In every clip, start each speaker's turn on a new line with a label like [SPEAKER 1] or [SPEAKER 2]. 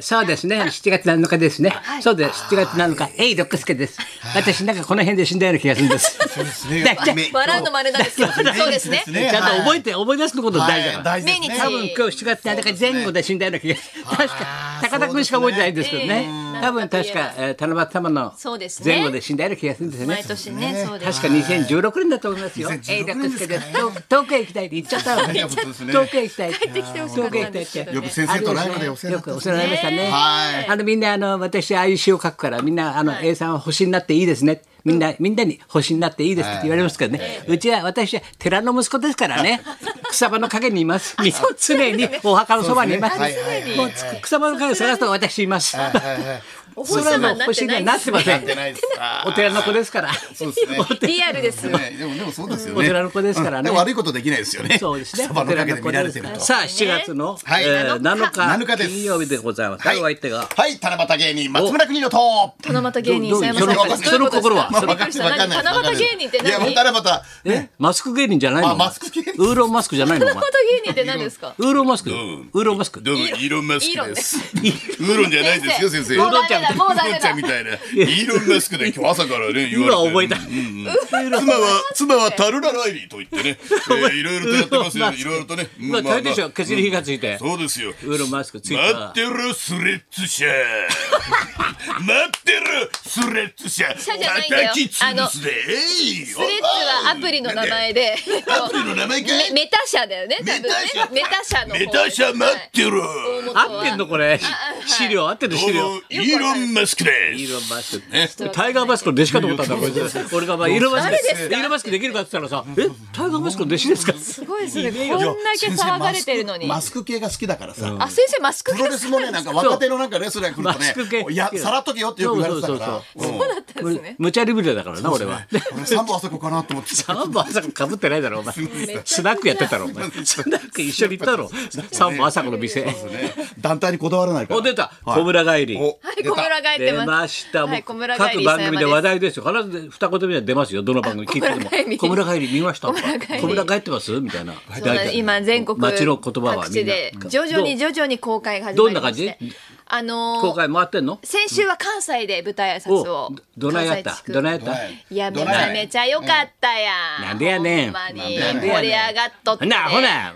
[SPEAKER 1] そうですね。7月7日ですね。
[SPEAKER 2] い
[SPEAKER 1] そうです。7月7日。えい、どっかすけです。私、なんかこの辺で死んだような気がするんです。そうです
[SPEAKER 3] ねめ
[SPEAKER 2] 笑うのもあれなんですけど、そうですね。
[SPEAKER 3] ね
[SPEAKER 1] ちゃんと覚えて、思い出すこと大事だから。
[SPEAKER 3] 大事で
[SPEAKER 2] 目
[SPEAKER 3] す
[SPEAKER 2] に
[SPEAKER 3] ね
[SPEAKER 2] つ
[SPEAKER 1] 多分今日7月7日前後で死んだような気が確か高田君しか覚えてないんですけどね
[SPEAKER 2] ええ
[SPEAKER 1] 多分確かえー七夕様の
[SPEAKER 2] そうですね
[SPEAKER 1] 前後で死んだような気がするんですよね
[SPEAKER 2] 毎年ね、そうです。
[SPEAKER 1] 確か2016年だと思いますよ。
[SPEAKER 3] 2016
[SPEAKER 1] ええだってですけど
[SPEAKER 3] です
[SPEAKER 1] 遠く遠くへ行きたいって言っちゃったわ。
[SPEAKER 3] いや本当ですね
[SPEAKER 1] 遠くへ行きたい。
[SPEAKER 2] 帰ってきてほしかったんですけどね
[SPEAKER 3] よく先生とライブでお世話
[SPEAKER 1] よ
[SPEAKER 3] に
[SPEAKER 1] く
[SPEAKER 3] なったん
[SPEAKER 1] お
[SPEAKER 3] で
[SPEAKER 1] 世
[SPEAKER 3] す
[SPEAKER 1] 話になり
[SPEAKER 3] ね
[SPEAKER 1] ましたね。
[SPEAKER 3] はい
[SPEAKER 1] あのみんなあの私ああいう詩を書くからみんなあの A さんは星になっていいですね。みんなみんなに星になっていいですって言われますけどね。うちは私は寺の息子ですから ね。草葉の陰にいます。常にお墓のそばにいます。
[SPEAKER 3] そうですねはいはいはい
[SPEAKER 1] もうつ草葉の陰を探すと私います。
[SPEAKER 3] はいはい
[SPEAKER 1] お
[SPEAKER 2] 星様になってない
[SPEAKER 1] 星にはなってませ
[SPEAKER 3] や
[SPEAKER 1] ん
[SPEAKER 3] っ。てないですあー
[SPEAKER 1] お寺の子ですから。
[SPEAKER 3] そうですね
[SPEAKER 2] リアルです。
[SPEAKER 3] ねでもでもそうですよね
[SPEAKER 1] お寺の子ですからね
[SPEAKER 3] うんでも悪いことできないですよね
[SPEAKER 1] そうですね。
[SPEAKER 3] 草葉の陰で見られてると
[SPEAKER 1] さあ、7月の、
[SPEAKER 3] はい
[SPEAKER 1] えー
[SPEAKER 3] 7
[SPEAKER 1] 7
[SPEAKER 3] 日です
[SPEAKER 1] 金曜日でございます。はい、お相手が。
[SPEAKER 3] はい七夕芸人松村邦洋と
[SPEAKER 2] 七夕芸人
[SPEAKER 1] どう
[SPEAKER 2] 磯山さん
[SPEAKER 1] どう
[SPEAKER 2] です。
[SPEAKER 1] その心は
[SPEAKER 2] どういうことですかびっくりした。何七夕芸人って
[SPEAKER 3] いやもう
[SPEAKER 2] 何七
[SPEAKER 3] 七夕ね
[SPEAKER 1] マスク芸人じゃないの
[SPEAKER 3] あマスク芸人
[SPEAKER 1] ウーロンマスクじゃないのお前
[SPEAKER 2] 夕芸人って何ですか
[SPEAKER 1] ウーロンマスク、ウーロンマスク。
[SPEAKER 3] どうもイーロンマス
[SPEAKER 2] イー
[SPEAKER 3] ク
[SPEAKER 2] ロン
[SPEAKER 3] で
[SPEAKER 2] ですす
[SPEAKER 3] ウーロンじゃないですよ先生
[SPEAKER 2] もうダメだ、もうダ
[SPEAKER 3] ウーロ
[SPEAKER 2] メ
[SPEAKER 3] ンちゃ
[SPEAKER 2] だ
[SPEAKER 3] んみ。たいなイーロンマスクで今日朝からね言
[SPEAKER 1] 今
[SPEAKER 3] わ
[SPEAKER 1] 覚
[SPEAKER 3] れ
[SPEAKER 1] え
[SPEAKER 3] て
[SPEAKER 1] た。
[SPEAKER 3] る妻は妻はタルラライリーと 言ってね、えー、いろいろとやってます
[SPEAKER 1] ウーロンマ
[SPEAKER 3] よ
[SPEAKER 1] スク
[SPEAKER 3] いろいろとねうん
[SPEAKER 1] まあ、
[SPEAKER 3] まあ
[SPEAKER 1] 大抵でし
[SPEAKER 3] ま
[SPEAKER 1] ょ、
[SPEAKER 3] あ
[SPEAKER 1] ケチに火がついて。
[SPEAKER 3] そうですよ
[SPEAKER 1] ウーロンマスクつい。
[SPEAKER 3] 待ったてろスレッ ズ社待ってろスレッズ社
[SPEAKER 2] 社じゃないんだよ
[SPEAKER 3] 叩き潰すでえい
[SPEAKER 2] スレッズはアプリの名前で、 えっと
[SPEAKER 3] アプリの名前かい
[SPEAKER 2] メメタ社だよね、多分ね。メ
[SPEAKER 3] メ
[SPEAKER 2] タ社の方。
[SPEAKER 3] メタ社待ってろ
[SPEAKER 1] 合ってんのこれ
[SPEAKER 2] あはい。
[SPEAKER 1] 資料合ってる
[SPEAKER 3] ど
[SPEAKER 1] 資
[SPEAKER 3] う
[SPEAKER 1] 料
[SPEAKER 3] も。イーロン・マスクで
[SPEAKER 1] イー
[SPEAKER 3] す
[SPEAKER 1] ロンマスク。
[SPEAKER 3] ね
[SPEAKER 1] タイガーマスクの弟子かと思ったんだ、こいつ。俺がまあ、イーロンマスク
[SPEAKER 2] 誰です、
[SPEAKER 1] イーロンマスクできるかって言ったらさ、え、タイガーマスクの弟子ですか
[SPEAKER 2] すごいですね。こんだけ騒がれてるのに。
[SPEAKER 3] マ
[SPEAKER 2] あ、
[SPEAKER 3] スク系が好きだからさ、
[SPEAKER 2] 先生マスク
[SPEAKER 3] プロレスもねなんか若手のなんかレスラー来
[SPEAKER 1] マ
[SPEAKER 3] る
[SPEAKER 1] ス
[SPEAKER 3] と
[SPEAKER 1] ク系
[SPEAKER 3] ねいやさらっとけよってよく言われてたから
[SPEAKER 1] そう
[SPEAKER 3] うん
[SPEAKER 2] そうだったんですね。
[SPEAKER 1] 無茶リブレだからな、俺は。
[SPEAKER 3] 俺三本あそこかなと思ってた
[SPEAKER 1] サンボ朝子かぶってないだろお前スナックやってたろお前スナック一緒に行ったろサンボ朝子の店
[SPEAKER 3] 団体にこだわらないから
[SPEAKER 1] お出た小村帰り
[SPEAKER 3] お
[SPEAKER 2] はい、小村帰って
[SPEAKER 1] 出
[SPEAKER 2] ます。
[SPEAKER 1] ましたも
[SPEAKER 2] は
[SPEAKER 1] う
[SPEAKER 2] い、小村帰
[SPEAKER 1] 各
[SPEAKER 2] り
[SPEAKER 1] 番組で話
[SPEAKER 2] 題。
[SPEAKER 1] 題ですよ必ず二言目は出ますよどの番組聞いて
[SPEAKER 2] 小村帰
[SPEAKER 1] ても
[SPEAKER 2] り
[SPEAKER 1] 小村帰り見ました
[SPEAKER 2] 小村帰り
[SPEAKER 1] 小村帰ってますみたいな
[SPEAKER 2] そうなんです今全国
[SPEAKER 1] 街の言葉は
[SPEAKER 2] 各
[SPEAKER 1] み
[SPEAKER 2] 地
[SPEAKER 1] んな
[SPEAKER 2] で徐々に
[SPEAKER 1] ど
[SPEAKER 2] 徐々に公開が始まりまして
[SPEAKER 1] どんな感じ
[SPEAKER 2] あの
[SPEAKER 1] う
[SPEAKER 2] ー
[SPEAKER 1] 公開回ってんの
[SPEAKER 2] 先週は関西で舞台挨拶を
[SPEAKER 1] おどないやっ
[SPEAKER 2] 関
[SPEAKER 1] た
[SPEAKER 2] 西地区
[SPEAKER 1] どないやった
[SPEAKER 3] はい
[SPEAKER 2] いやめ
[SPEAKER 3] ど
[SPEAKER 2] ち
[SPEAKER 3] ない
[SPEAKER 2] ゃめちゃ良かったやん、
[SPEAKER 1] なんでやねん
[SPEAKER 2] ほんまに
[SPEAKER 3] な
[SPEAKER 2] 盛
[SPEAKER 3] ん
[SPEAKER 2] り
[SPEAKER 3] で
[SPEAKER 2] 上
[SPEAKER 3] やねん
[SPEAKER 2] がっとって
[SPEAKER 1] なあほない
[SPEAKER 2] や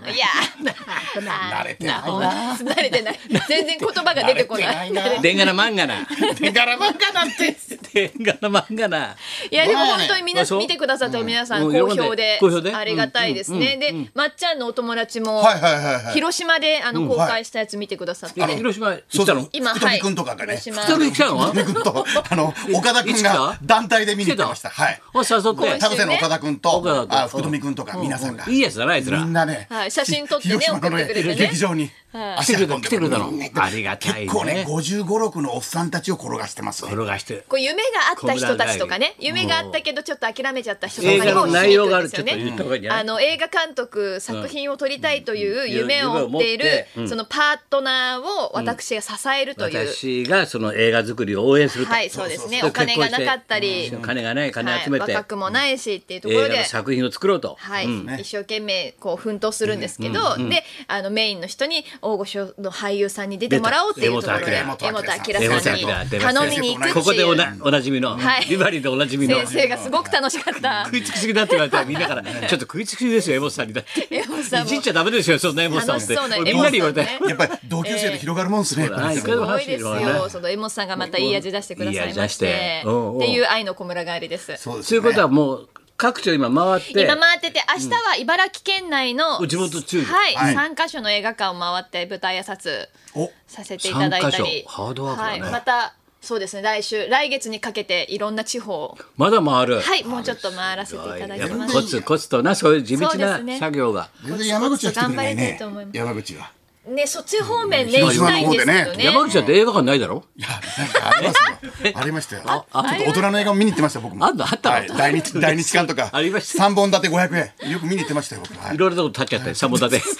[SPEAKER 2] 慣
[SPEAKER 3] れてないな
[SPEAKER 2] 慣れてない全然言葉が出て こない
[SPEAKER 1] 電ガな漫画 な
[SPEAKER 3] 手柄漫画なんて
[SPEAKER 1] 電ガな漫画ない
[SPEAKER 2] やでも
[SPEAKER 3] まあ
[SPEAKER 2] 本当にみんな
[SPEAKER 1] まあそう
[SPEAKER 2] 見てくださった皆さん
[SPEAKER 1] うん
[SPEAKER 2] 好評で
[SPEAKER 1] 喜んで好評で
[SPEAKER 2] ありがたいですねでまっちゃんのお友達も
[SPEAKER 3] はいはいはいはい
[SPEAKER 2] 広島であの公開したやつ見てくださって
[SPEAKER 1] 広島行ったの
[SPEAKER 2] 今
[SPEAKER 3] 福
[SPEAKER 2] は
[SPEAKER 3] 富
[SPEAKER 2] い
[SPEAKER 3] 君とかがね
[SPEAKER 2] 広島
[SPEAKER 1] 一人来たの
[SPEAKER 3] 福富君とあの岡田
[SPEAKER 1] いつ
[SPEAKER 3] 君
[SPEAKER 1] 来た
[SPEAKER 3] が団体で見に行ってました
[SPEAKER 1] 来
[SPEAKER 3] はい
[SPEAKER 1] を誘って
[SPEAKER 3] 田臥の岡田君と
[SPEAKER 1] 岡田と
[SPEAKER 3] あ福富君とか皆さんが
[SPEAKER 1] いいやつだなあいつら
[SPEAKER 3] みんなね
[SPEAKER 2] はい写真撮ってね
[SPEAKER 3] 広島の
[SPEAKER 2] 送ってくれてね
[SPEAKER 3] 劇場に
[SPEAKER 1] 来
[SPEAKER 3] 足
[SPEAKER 1] てくれ
[SPEAKER 3] 運
[SPEAKER 1] た
[SPEAKER 3] んで
[SPEAKER 1] 来てくれたの
[SPEAKER 3] みんな
[SPEAKER 1] ありがたいね
[SPEAKER 3] 結構ね55、6のおっさんたちを転がしてま すね
[SPEAKER 1] 転がして
[SPEAKER 2] こう夢があった人たちとかね夢があったけどちょっと諦めちゃった人とか
[SPEAKER 1] 映
[SPEAKER 2] に
[SPEAKER 1] 画
[SPEAKER 2] も
[SPEAKER 1] の
[SPEAKER 2] 見
[SPEAKER 1] 内
[SPEAKER 2] に行
[SPEAKER 1] 容
[SPEAKER 2] く
[SPEAKER 1] があ
[SPEAKER 2] んで
[SPEAKER 1] る
[SPEAKER 2] す
[SPEAKER 1] ちょ
[SPEAKER 2] よ
[SPEAKER 1] っと言った方がいいんじ
[SPEAKER 2] ねあ
[SPEAKER 1] ゃない
[SPEAKER 2] の映画監督作品を撮りたいという夢を持ってい
[SPEAKER 1] 夢を持っ
[SPEAKER 2] る
[SPEAKER 1] てうん
[SPEAKER 2] そのパートナーを私が支えるという
[SPEAKER 1] 私がその映画作りを応援すると
[SPEAKER 2] はいそうですね
[SPEAKER 1] そうそう
[SPEAKER 2] お金がなかったり
[SPEAKER 1] 金がない金
[SPEAKER 2] はい
[SPEAKER 1] 集めて
[SPEAKER 2] 若くもないしっていうところ
[SPEAKER 1] 映画
[SPEAKER 2] で
[SPEAKER 1] の作品を作ろうと
[SPEAKER 2] はい、
[SPEAKER 1] うん
[SPEAKER 2] 一生懸命こう奮闘するんですけど、であのメインの人に大御所の俳優さんに出てもらおうっていうところで
[SPEAKER 3] 出
[SPEAKER 2] 柄
[SPEAKER 3] た
[SPEAKER 2] 本
[SPEAKER 3] 柄
[SPEAKER 2] 明
[SPEAKER 3] 本明
[SPEAKER 2] さん
[SPEAKER 3] 出ま
[SPEAKER 2] に
[SPEAKER 1] した
[SPEAKER 2] 頼みに行くっていう
[SPEAKER 1] ここでおなおなじみの
[SPEAKER 2] はい
[SPEAKER 1] ビバリーでおなじみの
[SPEAKER 2] 先生がすごく楽しかった
[SPEAKER 1] 食いつきすぎだって言われたらみんな からちょっと食いつきすぎですよエモスさんにだって
[SPEAKER 2] 柄本さ
[SPEAKER 1] い
[SPEAKER 2] ん
[SPEAKER 1] じっ
[SPEAKER 2] も
[SPEAKER 1] ちゃダメですよそんなエモスさん
[SPEAKER 2] 楽
[SPEAKER 1] っ
[SPEAKER 2] してそうな
[SPEAKER 1] 俺みんなに言われた
[SPEAKER 2] 柄
[SPEAKER 1] よ
[SPEAKER 2] 本
[SPEAKER 3] やっぱり同級生で広がるもんですね、やっぱり
[SPEAKER 1] はい
[SPEAKER 3] ね
[SPEAKER 1] いくらでも
[SPEAKER 2] すごい
[SPEAKER 1] 話して
[SPEAKER 2] です
[SPEAKER 1] るからね
[SPEAKER 2] よ。そのエモさんがまたいい味出してくださいまして、
[SPEAKER 1] いい味出してうんうん
[SPEAKER 2] っていう愛の小村帰りです。
[SPEAKER 3] そうです
[SPEAKER 1] そういうことは
[SPEAKER 3] は
[SPEAKER 1] もう各地を今回って
[SPEAKER 2] 今回ってて明日は茨城県内の、
[SPEAKER 1] うん地元中
[SPEAKER 2] はい、
[SPEAKER 3] はい
[SPEAKER 2] 三箇所の映画館を回って舞台挨拶
[SPEAKER 3] お
[SPEAKER 2] させていただいた
[SPEAKER 1] 三
[SPEAKER 2] り
[SPEAKER 1] 箇所ハードワークだね
[SPEAKER 2] はい、またそうですね来週来月にかけていろんな地方を
[SPEAKER 1] まだ回る
[SPEAKER 2] はいもうちょっと回らせていただ
[SPEAKER 1] やっ
[SPEAKER 2] き
[SPEAKER 1] ぱ
[SPEAKER 2] ます
[SPEAKER 1] コツコツとなそういう地道
[SPEAKER 2] そうで
[SPEAKER 1] な
[SPEAKER 2] すね
[SPEAKER 1] 作業が、
[SPEAKER 3] 全然山口は来てくれな
[SPEAKER 2] 頑張
[SPEAKER 3] い
[SPEAKER 2] りたい
[SPEAKER 3] ね
[SPEAKER 2] と思います
[SPEAKER 3] 山口は
[SPEAKER 2] ねそっち方面ね行
[SPEAKER 3] 広
[SPEAKER 2] き
[SPEAKER 3] 島
[SPEAKER 2] た
[SPEAKER 3] の
[SPEAKER 2] いん
[SPEAKER 3] 方
[SPEAKER 2] ですけ
[SPEAKER 3] でね
[SPEAKER 2] どね
[SPEAKER 1] 山口だって映画館ないだろ
[SPEAKER 3] いやなんかあります よありましたよちょっと大人の映画も見に行ってました僕も
[SPEAKER 1] あんのあったの
[SPEAKER 3] はい 大日大日館とか
[SPEAKER 1] ありました
[SPEAKER 3] 3本立て500円よく見に行ってましたよ僕はい
[SPEAKER 1] ろんなとこ立っちゃってサボタで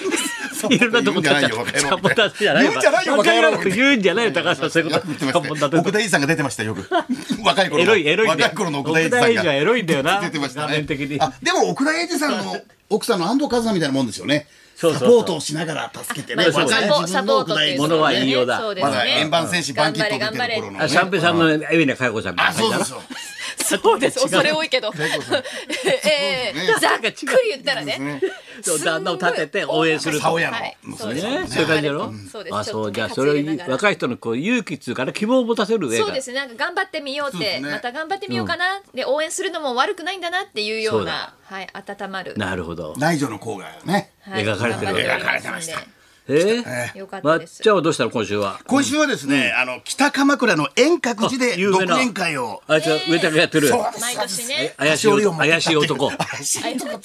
[SPEAKER 1] いろんなとこ立っちゃってサボタじゃない
[SPEAKER 3] 言うんじゃないよ
[SPEAKER 1] わ
[SPEAKER 3] バカ野郎
[SPEAKER 1] 言うんじゃないよ高橋さんそういう
[SPEAKER 3] よ
[SPEAKER 1] こ
[SPEAKER 3] く見て
[SPEAKER 1] と
[SPEAKER 3] ま
[SPEAKER 1] サ
[SPEAKER 3] し
[SPEAKER 1] ボ
[SPEAKER 3] た
[SPEAKER 1] タ
[SPEAKER 3] よ
[SPEAKER 1] で
[SPEAKER 3] 奥田瑛二さんが出てましたよ よく若い頃
[SPEAKER 1] エ
[SPEAKER 3] の
[SPEAKER 1] ロいエロいね
[SPEAKER 3] 若い頃の奥田瑛二
[SPEAKER 1] 奥田
[SPEAKER 3] さ
[SPEAKER 1] 瑛
[SPEAKER 3] ん
[SPEAKER 1] 二は
[SPEAKER 3] が
[SPEAKER 1] エロいんだよな
[SPEAKER 3] 出てました
[SPEAKER 1] 画面
[SPEAKER 3] ね
[SPEAKER 1] 的に
[SPEAKER 3] あでも奥田瑛二さんの奥さんの安藤和さんみたいなもんですよね
[SPEAKER 1] そう
[SPEAKER 3] サ
[SPEAKER 1] そうそう
[SPEAKER 3] ポートをしながら助けてね、
[SPEAKER 1] まあ
[SPEAKER 3] 若い
[SPEAKER 2] サポ
[SPEAKER 3] 自
[SPEAKER 2] サ
[SPEAKER 3] 分
[SPEAKER 2] ポー
[SPEAKER 3] の
[SPEAKER 2] トっていう
[SPEAKER 3] 五
[SPEAKER 1] 物
[SPEAKER 3] 代
[SPEAKER 1] は言いようだ
[SPEAKER 2] そうで
[SPEAKER 3] ま
[SPEAKER 2] ね
[SPEAKER 3] だ円盤戦士バンキット出てる頃の、ね、
[SPEAKER 2] あ
[SPEAKER 1] あ三平さんの海老名佳代子さんみたい
[SPEAKER 3] あ
[SPEAKER 1] な感
[SPEAKER 3] そ
[SPEAKER 1] じ
[SPEAKER 3] う
[SPEAKER 1] だ
[SPEAKER 3] そ
[SPEAKER 1] ろ
[SPEAKER 3] うそう
[SPEAKER 1] そうです
[SPEAKER 2] 恐れ多いけどええざっくり言ったらね
[SPEAKER 1] そう旦那を立てて応援すると
[SPEAKER 3] 竿屋の
[SPEAKER 2] はい
[SPEAKER 3] 娘
[SPEAKER 2] です
[SPEAKER 1] ね、そういう感じだろ
[SPEAKER 2] そうです
[SPEAKER 1] あそうじゃあ
[SPEAKER 2] ち
[SPEAKER 1] そ
[SPEAKER 2] ょっと
[SPEAKER 1] れを
[SPEAKER 2] 担いでながら
[SPEAKER 1] 若い人のこう勇気っつうかね希望を持たせる映画
[SPEAKER 2] そうですねなんか頑張ってみようっ
[SPEAKER 3] そうで
[SPEAKER 2] て
[SPEAKER 3] すね
[SPEAKER 2] また頑張ってみようかなで応援するのも悪くないんだなっていうよ
[SPEAKER 1] そうう
[SPEAKER 2] な
[SPEAKER 1] だ
[SPEAKER 2] はい温まる
[SPEAKER 1] なるほど
[SPEAKER 3] 内助の郊外をね
[SPEAKER 2] はい
[SPEAKER 1] 描かれてる
[SPEAKER 2] 頑張っておりますんで
[SPEAKER 3] 描かれてました
[SPEAKER 1] えー
[SPEAKER 3] え
[SPEAKER 2] よかっ
[SPEAKER 1] ま
[SPEAKER 2] た
[SPEAKER 1] っ
[SPEAKER 2] です
[SPEAKER 1] ちゃんはどうしたの今週は
[SPEAKER 3] 今週はですね、あの北鎌倉の遠隔寺で
[SPEAKER 1] 有名
[SPEAKER 3] 独
[SPEAKER 1] な
[SPEAKER 3] 演会を
[SPEAKER 1] あいつが上田がやってる
[SPEAKER 3] そうです
[SPEAKER 2] 毎年ね
[SPEAKER 1] 怪しい男怪しい男
[SPEAKER 3] 怪しい
[SPEAKER 2] あ
[SPEAKER 3] 男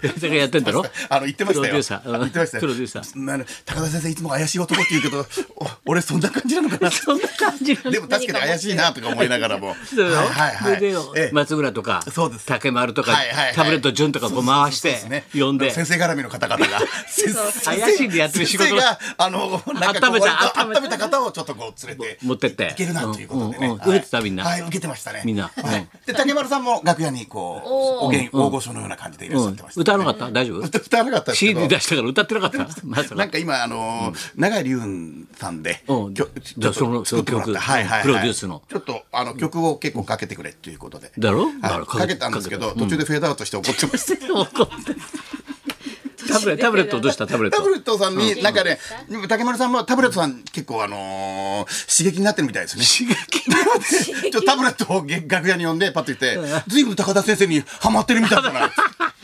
[SPEAKER 1] 上田がやってんだろ
[SPEAKER 3] あの言ってました
[SPEAKER 1] プロ
[SPEAKER 3] よ。
[SPEAKER 1] デューサーうん
[SPEAKER 3] 言ってましたよ。
[SPEAKER 1] プロデューサー
[SPEAKER 3] ー。高田先生いつも怪しい男って言うけど、お俺そんな感じなのか な。
[SPEAKER 1] そんな感じなの
[SPEAKER 3] でも確かに怪しいなとか思いながらも。
[SPEAKER 1] そうよ
[SPEAKER 3] はいはいはい。
[SPEAKER 1] で
[SPEAKER 3] ええ
[SPEAKER 1] 松村とか
[SPEAKER 3] そうです
[SPEAKER 1] 竹丸とか
[SPEAKER 3] はいはいはい
[SPEAKER 1] タブレット順とかこう回し
[SPEAKER 3] そう
[SPEAKER 1] て
[SPEAKER 3] ですね
[SPEAKER 1] 呼んで
[SPEAKER 3] 先生絡みの方々が 先生
[SPEAKER 1] 怪しいんでやってる仕事
[SPEAKER 3] 先生があのなんかこ
[SPEAKER 1] 温め
[SPEAKER 3] う
[SPEAKER 1] た
[SPEAKER 3] 割と
[SPEAKER 1] 温めた
[SPEAKER 3] 温めた方をちょっとこう連れて
[SPEAKER 1] 持ってって
[SPEAKER 3] いけるなということでね
[SPEAKER 1] うんうんうん
[SPEAKER 3] はい
[SPEAKER 1] 受けてたみんな
[SPEAKER 3] はい受けてましたね
[SPEAKER 1] みんな
[SPEAKER 3] はい
[SPEAKER 1] うん
[SPEAKER 3] で竹丸さんも楽屋にこ
[SPEAKER 2] お
[SPEAKER 3] う
[SPEAKER 2] ー
[SPEAKER 3] おげん大御所のような感じでいらっしゃってました
[SPEAKER 1] 歌わなかった大丈夫
[SPEAKER 3] 歌 歌わなかったですけど
[SPEAKER 1] CD 出したから歌ってなかったまさか
[SPEAKER 3] なんか今あのー永井龍さんで
[SPEAKER 1] うん
[SPEAKER 3] きょ
[SPEAKER 1] じゃあその
[SPEAKER 3] ちょっと作ってもらっ
[SPEAKER 1] その曲
[SPEAKER 3] たはいはいはい
[SPEAKER 1] プロデュースの
[SPEAKER 3] ちょっとあの曲を結構かけてくれっていうことで
[SPEAKER 1] だろ
[SPEAKER 3] はい
[SPEAKER 1] だから
[SPEAKER 3] かけたんですけど
[SPEAKER 1] かけ
[SPEAKER 3] 途中でフェードアウトして怒って ました
[SPEAKER 1] 怒ってタブレタブレットどうしたタブレッ
[SPEAKER 3] タ
[SPEAKER 1] ト
[SPEAKER 3] ブレットさんに、なんかね、でも竹丸さんもタブレットさん結構あのー刺激になってるみたいですね。刺激なちょっとタブレットをげ楽屋に呼んで、パッと言って、ずいぶん高田先生にハマってるみたいじゃない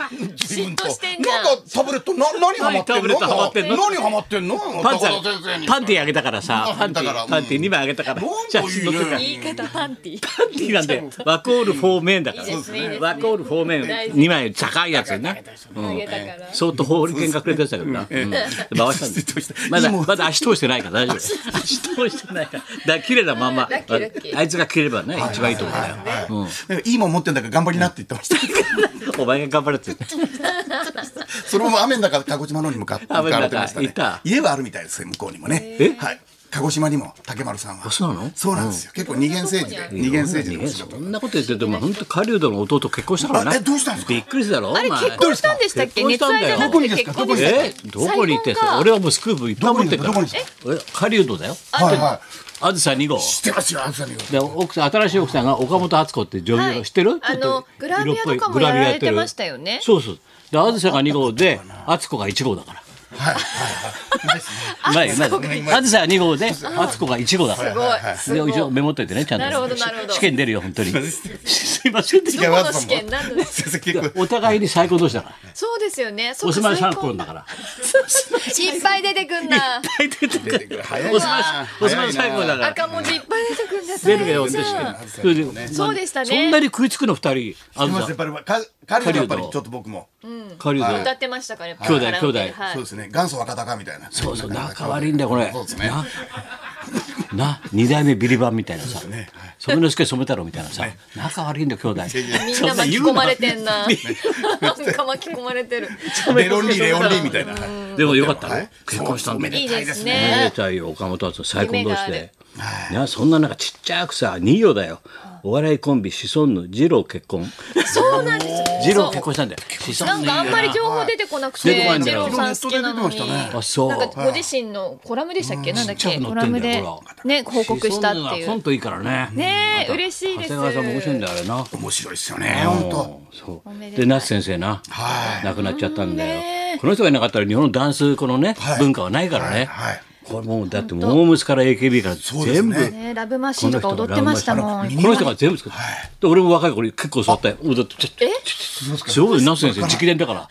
[SPEAKER 2] 嫉妬してんじゃ
[SPEAKER 3] なんんかタブレット、な、何ハマって
[SPEAKER 1] タブレットハマって
[SPEAKER 3] ん
[SPEAKER 1] ん
[SPEAKER 3] の
[SPEAKER 1] の
[SPEAKER 3] 何ハマってんの
[SPEAKER 1] パン
[SPEAKER 3] 高
[SPEAKER 1] ツ
[SPEAKER 3] 田
[SPEAKER 1] あ
[SPEAKER 3] 先生に。
[SPEAKER 1] パンティーあげたからさパンティ
[SPEAKER 3] だからう
[SPEAKER 1] ー
[SPEAKER 3] ん
[SPEAKER 1] パンティー2枚あげたから
[SPEAKER 3] なんかいいね
[SPEAKER 1] 写真載ってた
[SPEAKER 2] 言い方パンティ
[SPEAKER 1] パンティーなんでワコールフォーメンだか
[SPEAKER 2] いいですねいいです
[SPEAKER 1] らワ
[SPEAKER 2] ね
[SPEAKER 1] コールフォーメ
[SPEAKER 2] 大
[SPEAKER 1] ン
[SPEAKER 2] 事
[SPEAKER 1] 2枚高いやつね
[SPEAKER 2] あげたから
[SPEAKER 1] 相当法律が隠れてたけどな、うん回したんでまだまだ足通してないから大丈夫足通してないからだから綺麗なまんま
[SPEAKER 2] ラッキーラッキー
[SPEAKER 1] あいつが切ればね一番いいと思うよ
[SPEAKER 3] なんかいいもん持ってんだから頑張りなって言ってました。
[SPEAKER 1] お前が頑張れって
[SPEAKER 3] そのまま雨の中、鹿児島の方に向か向かわれてました
[SPEAKER 1] 雨
[SPEAKER 3] ね
[SPEAKER 1] の中いた。
[SPEAKER 3] 家はあるみたいですよ、向こうにもね。
[SPEAKER 1] え
[SPEAKER 3] はい。鹿児島にも竹丸さんは。
[SPEAKER 1] あそうなの
[SPEAKER 3] そうなんですよ。結構二元政治で、二元政治でお仕
[SPEAKER 1] そ
[SPEAKER 3] 事。
[SPEAKER 1] んなこと言ってると本当狩人の弟と結婚したからな
[SPEAKER 3] あえどうしたんですか
[SPEAKER 1] びっくりするだろ
[SPEAKER 2] あれ
[SPEAKER 1] お前
[SPEAKER 2] 結婚したんでしたっけ
[SPEAKER 1] 結婚し
[SPEAKER 2] 熱
[SPEAKER 1] たん
[SPEAKER 2] 愛
[SPEAKER 1] だ
[SPEAKER 2] じ
[SPEAKER 1] よ
[SPEAKER 2] ゃなくて結婚でしたっ
[SPEAKER 1] え
[SPEAKER 2] け
[SPEAKER 1] どこに行ってんすか俺はもうスクープいっぱい持ってるか
[SPEAKER 3] ど
[SPEAKER 1] ら
[SPEAKER 3] こにどこに
[SPEAKER 1] え狩人だよ
[SPEAKER 3] はいはい。
[SPEAKER 1] あずさ2号
[SPEAKER 3] 知ってますよ、あんさんに。
[SPEAKER 1] で奥さん新しい奥さんが岡本敦子って女優、
[SPEAKER 2] はい
[SPEAKER 1] 知ってる
[SPEAKER 2] あの
[SPEAKER 1] ちょっと
[SPEAKER 2] グラビア
[SPEAKER 1] 色っぽい
[SPEAKER 2] とかも
[SPEAKER 1] グラビア
[SPEAKER 2] やられて
[SPEAKER 1] ってる
[SPEAKER 2] ましたよね
[SPEAKER 1] そうそうであずさが2号で敦子が1号だから
[SPEAKER 3] はいはい
[SPEAKER 1] あずさが2号で敦子が1号だから
[SPEAKER 2] すご
[SPEAKER 1] で
[SPEAKER 2] い
[SPEAKER 1] 一
[SPEAKER 2] すご
[SPEAKER 1] 応
[SPEAKER 2] い
[SPEAKER 1] メモっといてねちゃんと
[SPEAKER 2] なるほどなるほど
[SPEAKER 1] 試験出るよ本当にすいませんでし
[SPEAKER 3] 違う
[SPEAKER 1] た
[SPEAKER 2] ど
[SPEAKER 3] わ
[SPEAKER 2] この
[SPEAKER 3] ざと
[SPEAKER 2] 試験なんだ
[SPEAKER 3] 先生結構
[SPEAKER 1] お互いに最高同士だから
[SPEAKER 2] そうですよねそ
[SPEAKER 1] お
[SPEAKER 2] っか
[SPEAKER 1] 住まい
[SPEAKER 2] 最
[SPEAKER 1] 三
[SPEAKER 2] 高
[SPEAKER 1] 婚だから
[SPEAKER 2] いっぱい出てくんな
[SPEAKER 1] 大体とか
[SPEAKER 3] 出てくる早いな
[SPEAKER 1] お住まいお住まい三婚だから
[SPEAKER 2] 赤文字いっぱい出てくんだ
[SPEAKER 1] 出るけど
[SPEAKER 2] 大変じゃん
[SPEAKER 1] それで
[SPEAKER 2] そうでしたね
[SPEAKER 1] そんなに食いつくの二人あ
[SPEAKER 3] すみ
[SPEAKER 1] ず
[SPEAKER 3] ませんや
[SPEAKER 1] さ
[SPEAKER 3] っぱりか彼はやっぱりちょっと僕も
[SPEAKER 1] 狩人
[SPEAKER 2] 歌ってましたからやっぱ
[SPEAKER 1] 兄弟
[SPEAKER 2] カラオケ
[SPEAKER 1] 兄弟
[SPEAKER 2] はい
[SPEAKER 3] そうですね元祖若鷹みたいな
[SPEAKER 1] そうそう仲悪いんだよこれ
[SPEAKER 3] そうですね
[SPEAKER 1] なな二代目ビリバンみたいなさ
[SPEAKER 3] ね
[SPEAKER 1] 染之助染太郎みたいなさ仲悪いんだよ兄弟
[SPEAKER 2] みんな巻き込まれてんななんか巻き込まれてる
[SPEAKER 3] レロンリーレオンリーみたいな
[SPEAKER 1] でもよかった
[SPEAKER 3] は
[SPEAKER 1] ね
[SPEAKER 3] い
[SPEAKER 1] 結婚したんだ
[SPEAKER 3] そ
[SPEAKER 1] ね
[SPEAKER 3] うおめでたいです
[SPEAKER 2] いいです
[SPEAKER 3] ね
[SPEAKER 2] ね
[SPEAKER 1] めでたいよ岡本敦再婚同士で
[SPEAKER 3] 夢があ。
[SPEAKER 1] いやそんな中ちっちゃくさ二行だよお笑いコンビシソンヌ二郎結婚
[SPEAKER 2] そうなんです
[SPEAKER 1] 二郎
[SPEAKER 2] よ
[SPEAKER 1] 結婚したんだよシソンヌ
[SPEAKER 2] なんかあんまり情報出てこなくて、
[SPEAKER 1] 出てこないん
[SPEAKER 2] ジ
[SPEAKER 1] だ
[SPEAKER 2] ェ
[SPEAKER 1] よ
[SPEAKER 2] ロさん好きなのに、
[SPEAKER 3] いろんな人出てきましたね
[SPEAKER 1] あそう
[SPEAKER 2] なんかご自身のコラムでしたっけ、なんだっ
[SPEAKER 1] ちっちゃ
[SPEAKER 2] け、
[SPEAKER 1] く載
[SPEAKER 2] コ
[SPEAKER 1] っ
[SPEAKER 2] ラ
[SPEAKER 1] てんだよ
[SPEAKER 2] ムで
[SPEAKER 1] ほら
[SPEAKER 2] ね報告したっ
[SPEAKER 1] シ
[SPEAKER 2] て
[SPEAKER 1] ソンヌ
[SPEAKER 2] い
[SPEAKER 1] はコン
[SPEAKER 2] う。
[SPEAKER 1] トいいからね
[SPEAKER 2] ねえ嬉しい
[SPEAKER 1] 長
[SPEAKER 2] です。
[SPEAKER 1] 谷川さんも面白いんだよあれな
[SPEAKER 3] 面白いですよね本当
[SPEAKER 1] そう
[SPEAKER 2] めでた
[SPEAKER 1] で
[SPEAKER 2] い
[SPEAKER 1] 夏先生な、
[SPEAKER 3] はい
[SPEAKER 1] 亡くなっちゃったんだよ、
[SPEAKER 2] うんね
[SPEAKER 1] この人がいなかったら日本のダンスこのね、
[SPEAKER 3] はい
[SPEAKER 1] 文化はないからね、
[SPEAKER 3] はい
[SPEAKER 1] これもうだってモームスから AKB から
[SPEAKER 3] うです
[SPEAKER 1] 全
[SPEAKER 3] ね
[SPEAKER 1] 部、
[SPEAKER 2] ねえラブマシーンとか踊ってましたもん。
[SPEAKER 1] この人が全部作った、で俺も若い頃結構座ったよ踊ってちょちょ
[SPEAKER 2] え
[SPEAKER 1] すごい夏先生直伝だから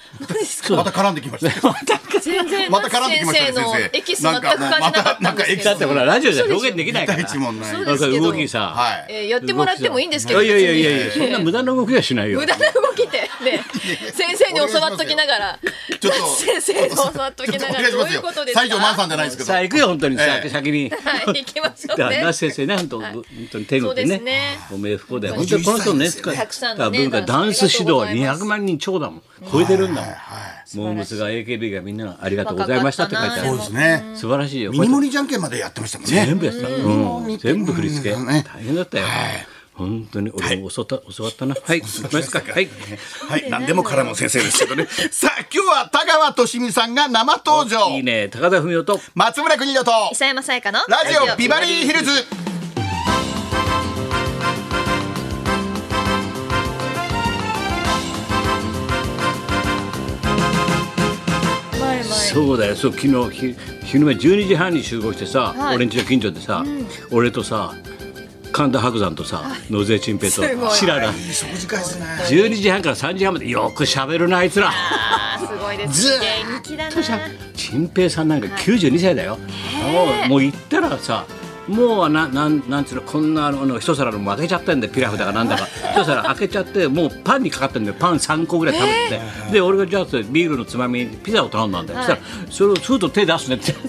[SPEAKER 3] また絡んできました
[SPEAKER 2] 全然
[SPEAKER 3] また絡んで
[SPEAKER 2] 先
[SPEAKER 3] きましたね
[SPEAKER 2] 生の
[SPEAKER 3] 先生
[SPEAKER 2] エキス全く感じなかったんですけ
[SPEAKER 3] な
[SPEAKER 1] だ
[SPEAKER 3] ん
[SPEAKER 1] って
[SPEAKER 3] か
[SPEAKER 2] ど。
[SPEAKER 1] ほらラジオじゃ表現できないから
[SPEAKER 3] 第一問ない
[SPEAKER 2] そう
[SPEAKER 1] だ
[SPEAKER 2] です
[SPEAKER 1] から
[SPEAKER 2] けど
[SPEAKER 1] 動きさ、
[SPEAKER 3] はい
[SPEAKER 2] えーやってもらってもいいんですけど。
[SPEAKER 1] いやいやいやいや
[SPEAKER 2] 別
[SPEAKER 1] そん
[SPEAKER 2] に
[SPEAKER 1] な無駄な動きはしないよ
[SPEAKER 2] 無駄な動きで、ね、先生に教わっときながら、
[SPEAKER 3] ちょっと
[SPEAKER 2] 先生に教わっときながら、どういうことですか。
[SPEAKER 3] 西条万さんじゃないですけど
[SPEAKER 1] さあ行くよ本当にさ、
[SPEAKER 3] ええ
[SPEAKER 1] 先に。
[SPEAKER 2] はい、行きましょ
[SPEAKER 1] だ
[SPEAKER 2] う
[SPEAKER 1] から
[SPEAKER 2] ね
[SPEAKER 1] 那。須先生ね、本当、本当に天
[SPEAKER 2] そ
[SPEAKER 1] 国
[SPEAKER 2] うで
[SPEAKER 1] ですね。
[SPEAKER 2] ね
[SPEAKER 1] おめでとうで、本当にこの人ね、
[SPEAKER 2] たくさんのね
[SPEAKER 1] 文化ダンス指導
[SPEAKER 2] ダンスありがとうございます
[SPEAKER 1] 200万人超だもん、超えてるんだもん。モームスが AKB がみんなありがとうございましたって書いてあ
[SPEAKER 3] そう
[SPEAKER 1] る
[SPEAKER 3] で。すね
[SPEAKER 1] 素晴らしいよ。
[SPEAKER 3] ミニモニじゃんけんまでやってましたもんね
[SPEAKER 1] 全部やってた。うん全部振り付け。
[SPEAKER 3] うんね
[SPEAKER 1] 大変だったよ。本当に俺も教わった、教わったな。はい、行きますか。はい。
[SPEAKER 3] はい、何でも絡む先生ですけどね。 さあ、今日は田川俊美さんが生登場。
[SPEAKER 1] いいね、高田文夫と。
[SPEAKER 3] 松村邦洋と、
[SPEAKER 2] 磯山さやかの
[SPEAKER 3] ラジオビバリーヒルズ。
[SPEAKER 2] 前前
[SPEAKER 1] そうだよ、そう、昨日、ひ昼間十二時半に集合してさ、
[SPEAKER 2] はい
[SPEAKER 1] 俺んちの近所でさ、俺とさ。神田伯山とさ、野勢陳平
[SPEAKER 2] すご
[SPEAKER 1] と、
[SPEAKER 2] い
[SPEAKER 1] 白良。
[SPEAKER 3] いい食事会ですね。
[SPEAKER 1] 十二時半から三時半まで、よく喋るな、あいつら。
[SPEAKER 2] あーすごいです
[SPEAKER 1] ず
[SPEAKER 2] ね
[SPEAKER 1] ーっ
[SPEAKER 2] 元気だな
[SPEAKER 1] 陳平さんなんか92歳だよ、もうもう言ったらさもうななんなんつうのこんなあの一皿の負けちゃってんでピラフだかなんだか一皿開けちゃってもうパンにかかってんだよパン3個ぐらい食べて、で俺がじゃあそれビールのつまみにピザを頼んだんだよ、そしたらそれをすると手出すねって、手出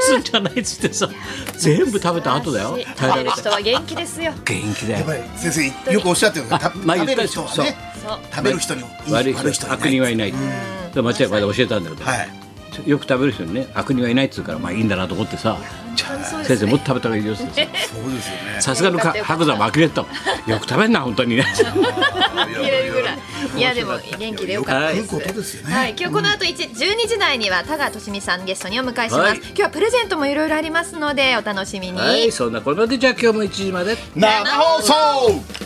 [SPEAKER 1] すんじゃないっつってさ全部食べた後だよ
[SPEAKER 2] 素晴らしい食べる人は元気ですよ
[SPEAKER 1] 元気だ
[SPEAKER 3] や
[SPEAKER 1] よ
[SPEAKER 3] ばい、先生、よくおっしゃってるんです
[SPEAKER 1] あ
[SPEAKER 3] 食べ
[SPEAKER 1] まあ言っ
[SPEAKER 3] 食
[SPEAKER 1] た
[SPEAKER 3] べる
[SPEAKER 1] でし
[SPEAKER 3] 人
[SPEAKER 1] ょ
[SPEAKER 3] はね
[SPEAKER 2] そう。
[SPEAKER 3] 食べる人にいい
[SPEAKER 1] 悪い人
[SPEAKER 3] 悪い人
[SPEAKER 1] 悪人はいないってで間違いまで教えたんだけど、
[SPEAKER 3] はい。
[SPEAKER 1] よく食べる人にね悪人はいないっつうからまあいいんだなと思ってさ
[SPEAKER 2] そうです
[SPEAKER 1] 先生
[SPEAKER 2] ね
[SPEAKER 1] もっと食べた方がいいよっつってさ
[SPEAKER 3] そうですよね。
[SPEAKER 1] さすがのか
[SPEAKER 2] よかった
[SPEAKER 1] 白山も呆れてたもんよく食べんな本当に ね
[SPEAKER 2] 切れるぐらいいやでも元気でよかった
[SPEAKER 3] い
[SPEAKER 2] で
[SPEAKER 3] い
[SPEAKER 2] す
[SPEAKER 3] ことですよね。
[SPEAKER 2] はい、今日この後一12時台には田川俊美さんゲストにお迎えします、
[SPEAKER 1] はい
[SPEAKER 2] 今日はプレゼントもいろいろありますのでお楽しみに、
[SPEAKER 1] はいそんなこれまでじゃあ今日も1時まで
[SPEAKER 3] 生放送